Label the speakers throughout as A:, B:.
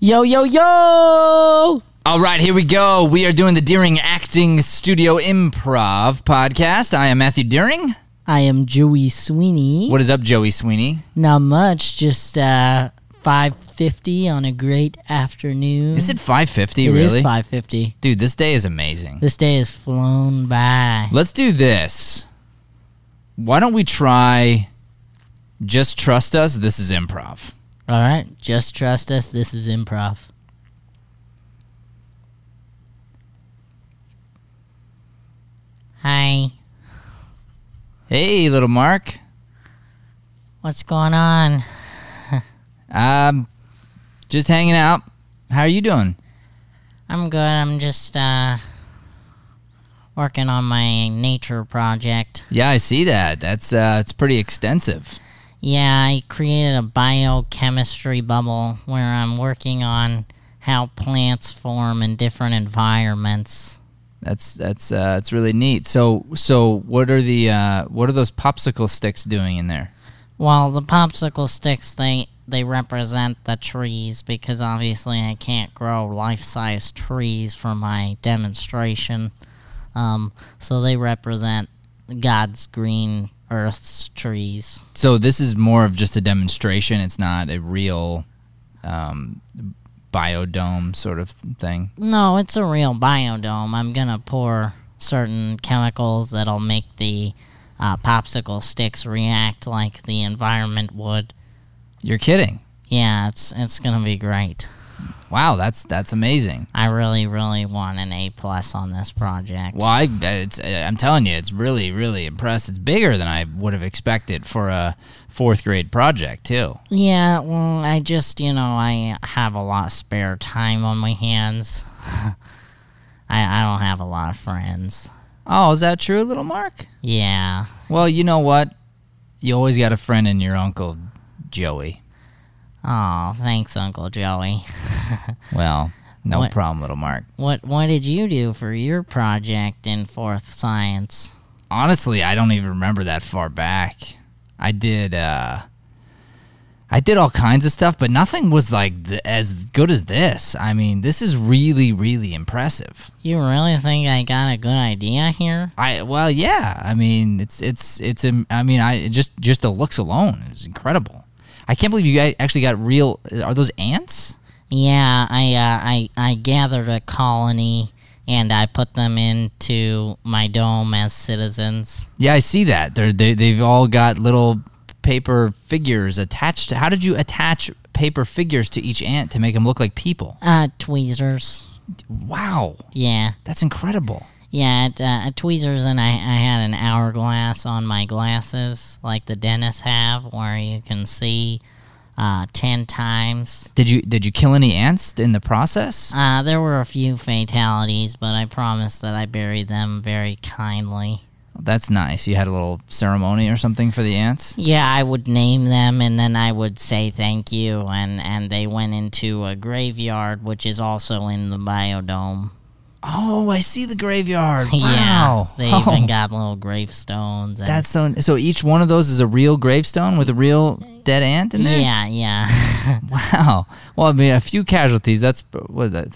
A: Yo, yo, yo!
B: All right, here we go. We are doing the Deering Acting Studio Improv podcast. I am Matthew Deering.
A: I am Joey Sweeney.
B: What is up, Joey Sweeney?
A: Not much, just uh, 5.50 on a great afternoon.
B: Is it 550
A: It is
B: really?
A: 5.50.
B: Dude, this day is amazing.
A: This day has flown by.
B: Let's do this. Why don't we try just trust us? This is improv.
A: All right, just trust us. This is improv. Hi,
B: Hey, little Mark.
A: what's going on?
B: Um just hanging out. How are you doing?
A: I'm good. I'm just uh working on my nature project.
B: Yeah, I see that. That's uh it's pretty extensive.
A: Yeah, I created a biochemistry bubble where I'm working on how plants form in different environments.
B: That's that's uh, it's really neat. So so what are the uh, what are those popsicle sticks doing in there?
A: Well, the popsicle sticks they they represent the trees because obviously I can't grow life-size trees for my demonstration. Um, so they represent God's green earth's trees.
B: So this is more of just a demonstration. It's not a real um, biodome sort of thing.
A: No, it's a real biodome. I'm gonna pour certain chemicals that'll make the uh, popsicle sticks react like the environment would.
B: You're kidding.
A: Yeah, it's it's gonna be great.
B: Wow, that's that's amazing.
A: I really, really want an A plus on this project.
B: Well, I, it's, I'm telling you, it's really, really impressed. It's bigger than I would have expected for a fourth grade project, too.
A: Yeah, well, I just you know I have a lot of spare time on my hands. I I don't have a lot of friends.
B: Oh, is that true, little Mark?
A: Yeah.
B: Well, you know what? You always got a friend in your uncle, Joey.
A: Oh, thanks, Uncle Joey.
B: Well, no
A: What-
B: problem, little Mark.
A: What what did you do for your project in fourth science?
B: Honestly, I don't even remember that far back. I did uh I did all kinds of stuff, but nothing was like th- as good as this. I mean, this is really really impressive.
A: You really think I got a good idea here?
B: I well, yeah. I mean, it's it's it's im- I mean, I it just just the looks alone is incredible. I can't believe you guys actually got real are those ants?
A: Yeah, I uh, I I gathered a colony and I put them into my dome as citizens.
B: Yeah, I see that. They're they, they've all got little paper figures attached. How did you attach paper figures to each ant to make them look like people?
A: Uh, tweezers.
B: Wow,
A: Yeah,
B: that's incredible.
A: yeah, it, uh, tweezers, and I I had an hourglass on my glasses like the dentists have, where you can see uh, ten times.
B: Did you did you kill any ants in the process?
A: Uh, there were a few fatalities, but I promise that I buried them very kindly.
B: That's nice. You had a little ceremony or something for the ants.
A: Yeah, I would name them and then I would say thank you, and, and they went into a graveyard, which is also in the biodome.
B: Oh, I see the graveyard.
A: Yeah,
B: Wow.
A: they
B: Oh,
A: even got little gravestones. And,
B: that's so. So each one of those is a real gravestone with a real dead ant in there.
A: yeah, yeah.
B: Wow. Well, I mean, a few casualties. That's what that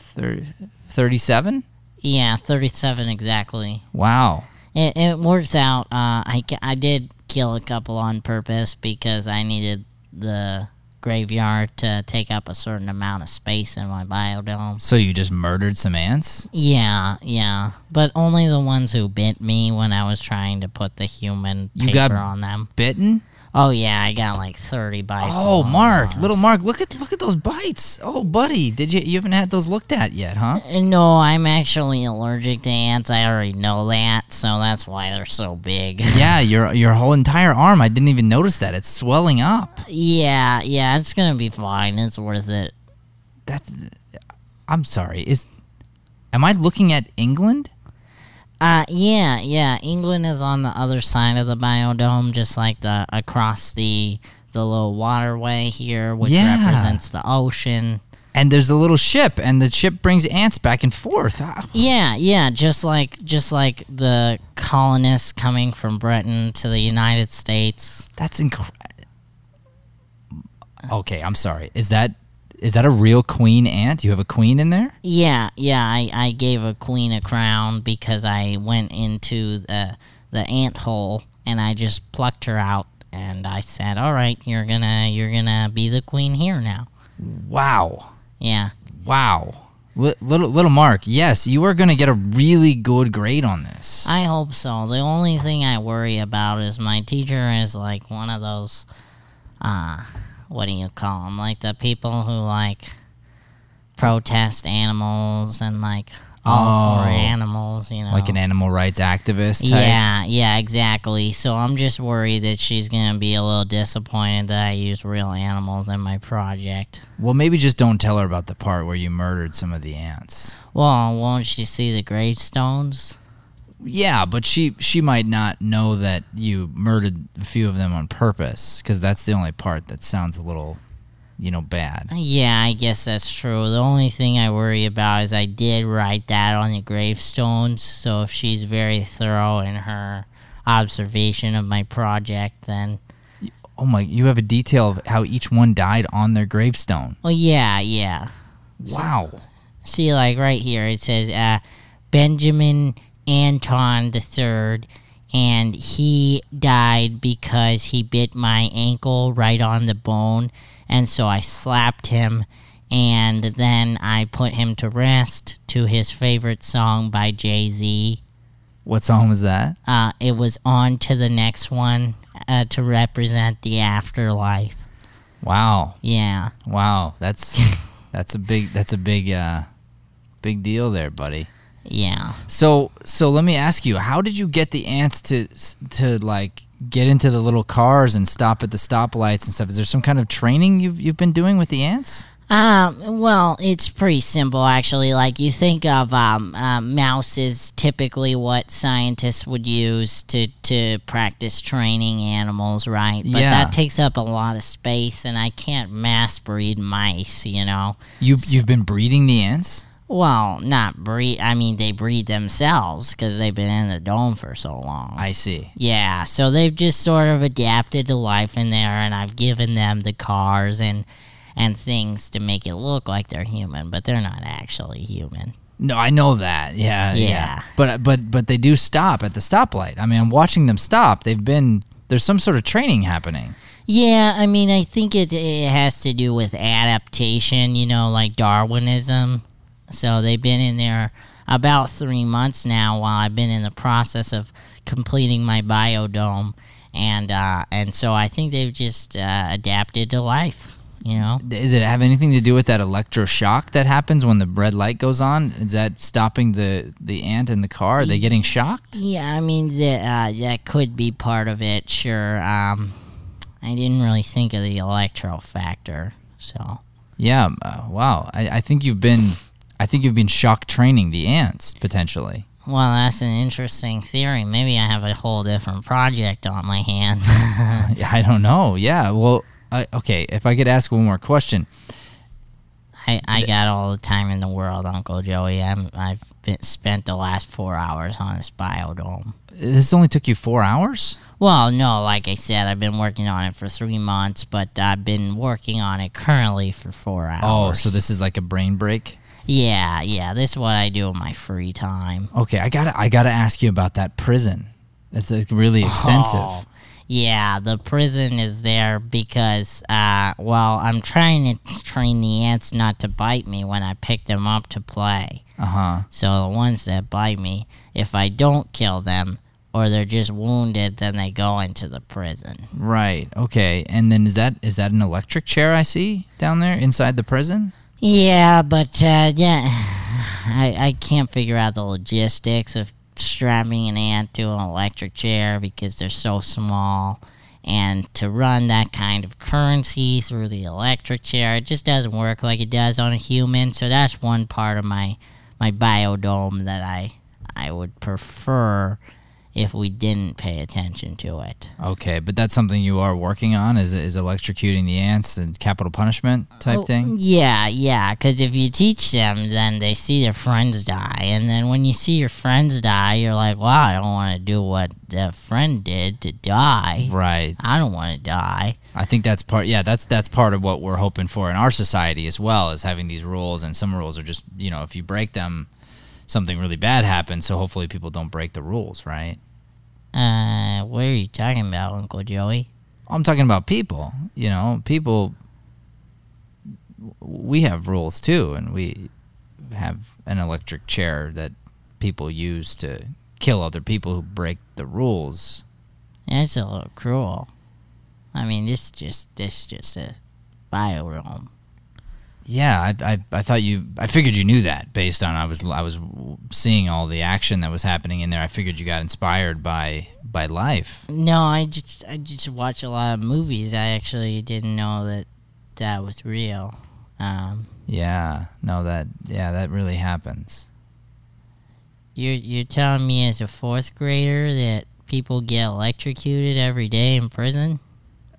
B: thirty-seven.
A: yeah, 37 exactly.
B: Wow.
A: It, it works out. Uh, I, ca- I did kill a couple on purpose because I needed the graveyard to take up a certain amount of space in my biodome.
B: So you just murdered some ants?
A: Yeah, yeah. But only the ones who bit me when I was trying to put the human
B: You
A: paper
B: got-
A: on them.
B: Bitten?
A: Oh, yeah, I got like 30 bites.
B: oh,
A: along the
B: Mark,
A: lines.
B: little Mark, look at look at those bites. Oh, buddy, did you you haven't had those looked at yet, huh?
A: Uh, No, I'm actually allergic to ants. I already know that, so that's why they're so big.
B: Yeah, your your whole entire arm. I didn't even notice that. It's swelling up.
A: yeah, yeah, it's gonna be fine. It's worth it.
B: That's I'm sorry. Is am I looking at England?
A: Uh, yeah, yeah. England is on the other side of the biodome, just like the across the the little waterway here, which
B: Yeah.
A: represents the ocean.
B: And there's a little ship and the ship brings ants back and forth. Ah,
A: Yeah, yeah. Just like just like the colonists coming from Britain to the United States.
B: That's incredible. Okay, I'm sorry. Is that is that a real queen ant? Do you have a queen in there?
A: Yeah, yeah. I, I gave a queen a crown because I went into the the ant hole and I just plucked her out and I said, "All right, you're gonna you're gonna be the queen here now."
B: Wow.
A: Yeah,
B: Wow. Li- Little little Mark, yes, you are going to get a really good grade on this.
A: I hope so. The only thing I worry about is my teacher is like one of those, uh, what do you call them? Like the people who like protest animals and like all for
B: Oh.
A: animals. You know,
B: Like an animal rights activist type.
A: Yeah, yeah, exactly. So I'm just worried that she's gonna be a little disappointed that I use real animals in my project.
B: Well, maybe just don't tell her about the part where you murdered some of the ants.
A: Well, won't she see the gravestones?
B: Yeah, but she she might not know that you murdered a few of them on purpose because that's the only part that sounds a little, you know, bad.
A: Yeah, I guess that's true. The only thing I worry about is I did write that on the gravestones. So if she's very thorough in her observation of my project, then
B: Oh my! You have a detail of how each one died on their gravestone.
A: well, yeah, yeah.
B: Wow!
A: see like right here it says uh, benjamin anton the third and he died because he bit my ankle right on the bone and so i slapped him and then i put him to rest to his favorite song by jay-z
B: What song was that?
A: uh, it was on to the next one uh, to represent the afterlife
B: Wow!
A: yeah
B: Wow! That's that's a big that's a big uh, big deal there, buddy.
A: yeah
B: So so let me ask you, how did you get the ants to to like get into the little cars and stop at the stoplights and stuff? Is there some kind of training you've you've been doing with the ants?
A: Um, well, it's pretty simple actually. Like you think of um, um, mouse is typically what scientists would use to to practice training animals, right? But
B: Yeah.
A: that takes up a lot of space, and I can't mass breed mice. You know,
B: You you've been breeding the ants?
A: well, not breed. I mean, they breed themselves because they've been in the dome for so long.
B: I see.
A: Yeah, so they've just sort of adapted to life in there, and I've given them the cars and and things to make it look like they're human, but they're not actually human.
B: No, I know that. Yeah, yeah.
A: Yeah.
B: But but but they do stop at the stoplight. I mean, I'm watching them stop. They've been there's some sort of training happening.
A: Yeah, I mean, I think it it has to do with adaptation, you know, like Darwinism. So they've been in there about three months now, while I've been in the process of completing my biodome, and uh, and so I think they've just uh, adapted to life, you know.
B: Does it have anything to do with that electroshock that happens when the red light goes on? Is that stopping the the ant in the car? Are they getting shocked?
A: Yeah, I mean that uh, that could be part of it. Sure. Um, I didn't really think of the electro factor. So
B: Yeah. Uh, wow. I, I think you've been, I think you've been shock training the ants potentially.
A: well, that's an interesting theory. Maybe I have a whole different project on my hands.
B: Yeah, I don't know. Yeah. Well. I, okay. If I could ask one more question,
A: I, I got all the time in the world, Uncle Joey. I'm, I've been, spent the last four hours on this biodome.
B: this only took you four hours.
A: Well, no, like I said, I've been working on it for three months, but I've been working on it currently for four
B: Oh,
A: hours.
B: so this is like a brain break.
A: Yeah, yeah. This is what I do in my free time.
B: Okay. I gotta, I gotta ask you about that prison. It's like really extensive.
A: Oh, yeah, the prison is there because, uh, well, I'm trying to train the ants not to bite me when I pick them up to play.
B: Uh huh.
A: So the ones that bite me, if I don't kill them or they're just wounded, then they go into the prison.
B: Right. Okay. And then is that is that an electric chair I see down there inside the prison?
A: Yeah, but, uh, yeah, I, I can't figure out the logistics of strapping an ant to an electric chair because they're so small. And to run that kind of currency through the electric chair, it just doesn't work like it does on a human. So that's one part of my my biodome that I I would prefer if we didn't pay attention to it.
B: Okay, but that's something you are working on is is electrocuting the ants and capital punishment type
A: Oh,
B: thing.
A: Yeah, yeah. Because if you teach them, then they see their friends die, and then when you see your friends die, you're like, "Wow, I don't want to do what that friend did to die.
B: Right.
A: I don't want to die."
B: I think that's part. Yeah, that's that's part of what we're hoping for in our society as well is having these rules, and some rules are just you know if you break them, something really bad happens. So hopefully people don't break the rules, right?
A: Uh, what are you talking about, Uncle Joey?
B: I'm talking about people. You know, people. We have rules too, and we have an electric chair that people use to kill other people who break the rules.
A: That's a little cruel. I mean, this just this just a biorome.
B: Yeah, I, I, I thought you. I figured you knew that based on I was I was seeing all the action that was happening in there. I figured you got inspired by by life.
A: No, I just I just watch a lot of movies. I actually didn't know that that was real. Um,
B: Yeah, no, that yeah, that really happens.
A: You're you're telling me as a fourth grader that people get electrocuted every day in prison?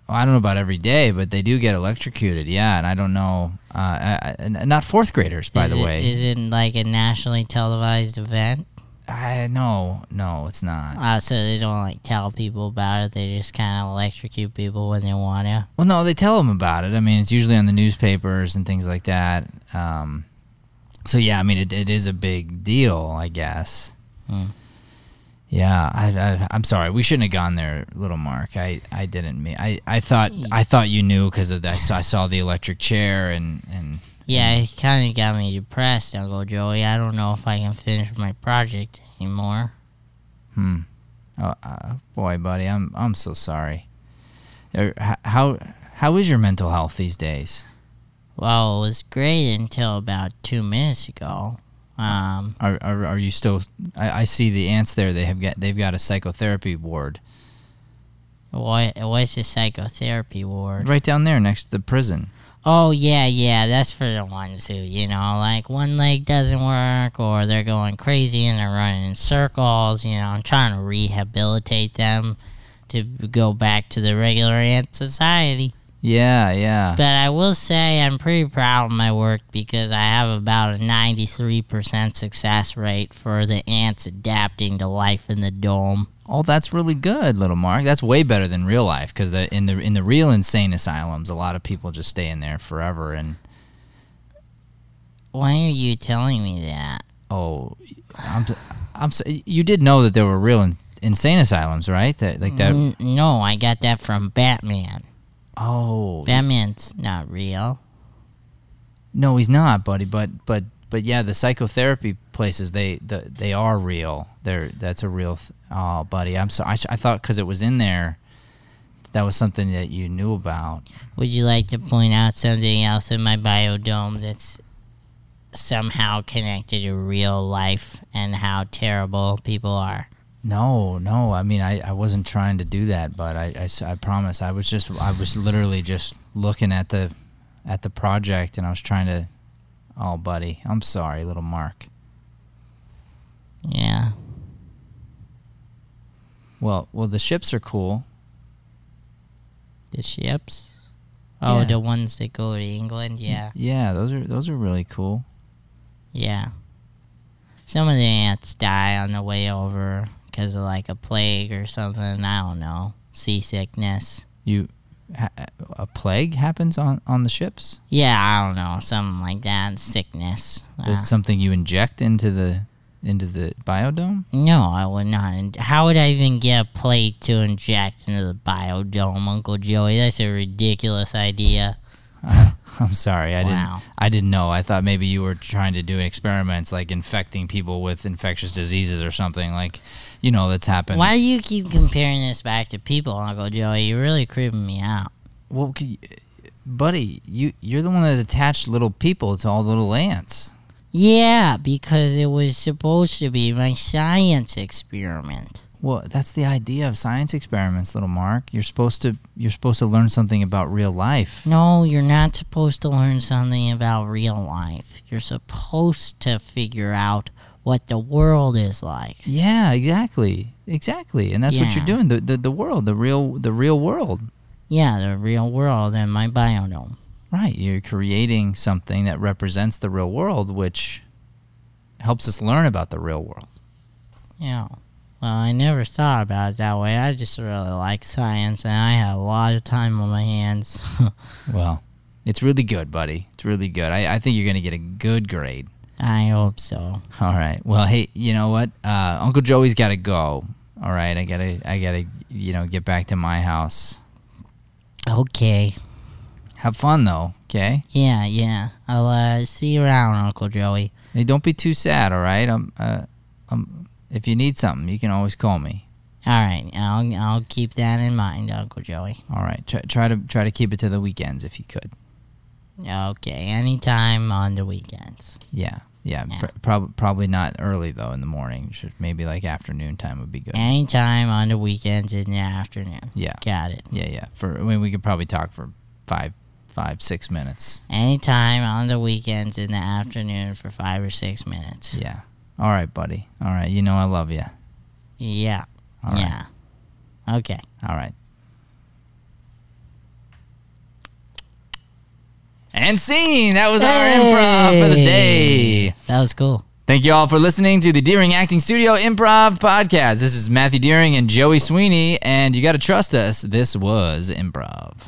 B: Well, I don't know about every day, but they do get electrocuted. Yeah, and I don't know. Uh, I, I, and not fourth graders, by
A: Is
B: the
A: it-
B: way.
A: is it like a nationally televised event?
B: I no, no, it's not.
A: Uh, so they don't like tell people about it. They just kind of electrocute people when they want to.
B: Well, no, they tell them about it. I mean, it's usually on the newspapers and things like that. Um, so yeah, I mean, it, it is a big deal, I guess.
A: Hmm.
B: Yeah, I, I, I'm sorry. We shouldn't have gone there, little Mark. I, I didn't mean. I, I thought
A: Hmm.
B: I thought you knew because I saw, I saw the electric chair and and
A: Yeah, it kind of got me depressed, Uncle Joey. I don't know if I can finish my project anymore.
B: hmm. Oh, uh, boy, buddy, I'm I'm so sorry. Er, h- How how is your mental health these days?
A: Well, it was great until about two minutes ago. Um,
B: Are are, are you still? I, I see the ants there. They have got they've got a psychotherapy ward
A: what what's the psychotherapy ward?
B: right down there next to the prison.
A: Oh yeah, yeah, that's for the ones who, you know, like one leg doesn't work or they're going crazy and they're running in circles, you know, I'm trying to rehabilitate them to go back to the regular ant society.
B: Yeah, yeah.
A: But I will say I'm pretty proud of my work because I have about a 93% success rate for the ants adapting to life in the dome.
B: Oh, that's really good, little Mark. That's way better than real life because the, in the in the real insane asylums, a lot of people just stay in there forever. And
A: Why are you telling me that?
B: oh, I'm s- I'm s- you did know that there were real in, insane asylums, right? That like that.
A: N- no, I got that from Batman.
B: Oh,
A: Batman's not real.
B: no, he's not, buddy. But but but yeah, the psychotherapy places they the, they are real. They're that's a real. Th- oh, buddy, I'm so I, sh- I thought because it was in there, that was something that you knew about.
A: Would you like to point out something else in my biodome that's somehow connected to real life and how terrible people are?
B: No, no. I mean, I, I wasn't trying to do that, but I, I s- I promise. I was just, I was literally just looking at the, at the project, and I was trying to. Oh, buddy, I'm sorry, little Mark.
A: Yeah.
B: Well, well, the ships are cool.
A: The ships? Oh,
B: Yeah.
A: the ones that go to England? Yeah.
B: Yeah, those are those are really cool.
A: Yeah. Some of the ants die on the way over because of like a plague or something. I don't know. Seasickness.
B: You, ha- a plague happens on on the ships.
A: Yeah, I don't know, something like that. Sickness. Uh,
B: That's something you inject into the into the biodome.
A: no, I would not. in- How would I even get a plate to inject into the biodome, Uncle Joey? That's a ridiculous idea.
B: I'm sorry, I
A: Wow.
B: didn't. I didn't know. I thought maybe you were trying to do experiments like infecting people with infectious diseases or something like, you know, that's happened.
A: Why do you keep comparing this back to people, Uncle Joey? You're really creeping me out.
B: Well, c- buddy, you you're the one that attached little people to all the little ants.
A: Yeah, because it was supposed to be my science experiment.
B: Well, that's the idea of science experiments, little Mark. You're supposed to you're supposed to learn something about real life.
A: No, you're not supposed to learn something about real life. You're supposed to figure out what the world is like.
B: Yeah, exactly, exactly, and that's what
A: Yeah.
B: you're doing. The, the the world, the real the real world,
A: Yeah, the real world and my biodome.
B: right? You're creating something that represents the real world, which helps us learn about the real world.
A: Yeah. Well, I never thought about it that way. I just really like science, and I had a lot of time on my hands.
B: Well, it's really good, buddy. It's really good. I, I think you're gonna get a good grade.
A: I hope so.
B: All right. Well, hey, you know what? Uh, Uncle Joey's got to go. All right, I gotta, I gotta, you know, get back to my house.
A: Okay.
B: Have fun though, okay?
A: Yeah, yeah. I'll uh, see you around, Uncle Joey.
B: Hey, don't be too sad. All right. I'm, uh, I'm. If you need something, you can always call me.
A: All right, I'll I'll keep that in mind, Uncle Joey.
B: All right. Try, try to try to keep it to the weekends if you could.
A: Okay, anytime on the weekends.
B: Yeah. Yeah.
A: Yeah.
B: Pr- prob- probably not early though in the morning. Should maybe like afternoon time would be good.
A: Anytime on the weekends in the afternoon.
B: Yeah.
A: Got it.
B: Yeah. Yeah. For I mean, we could probably talk for five, five, six minutes.
A: Anytime on the weekends in the afternoon for five or six minutes.
B: Yeah. All right, buddy. All right. You know I love you.
A: Yeah.
B: All right.
A: yeah. Okay.
B: All right. And scene. That was our improv for the
A: Hey!
B: day.
A: That was cool.
B: Thank you all for listening to the Deering Acting Studio Improv Podcast. This is Matthew Deering and Joey Sweeney, and you got to trust us. This was improv.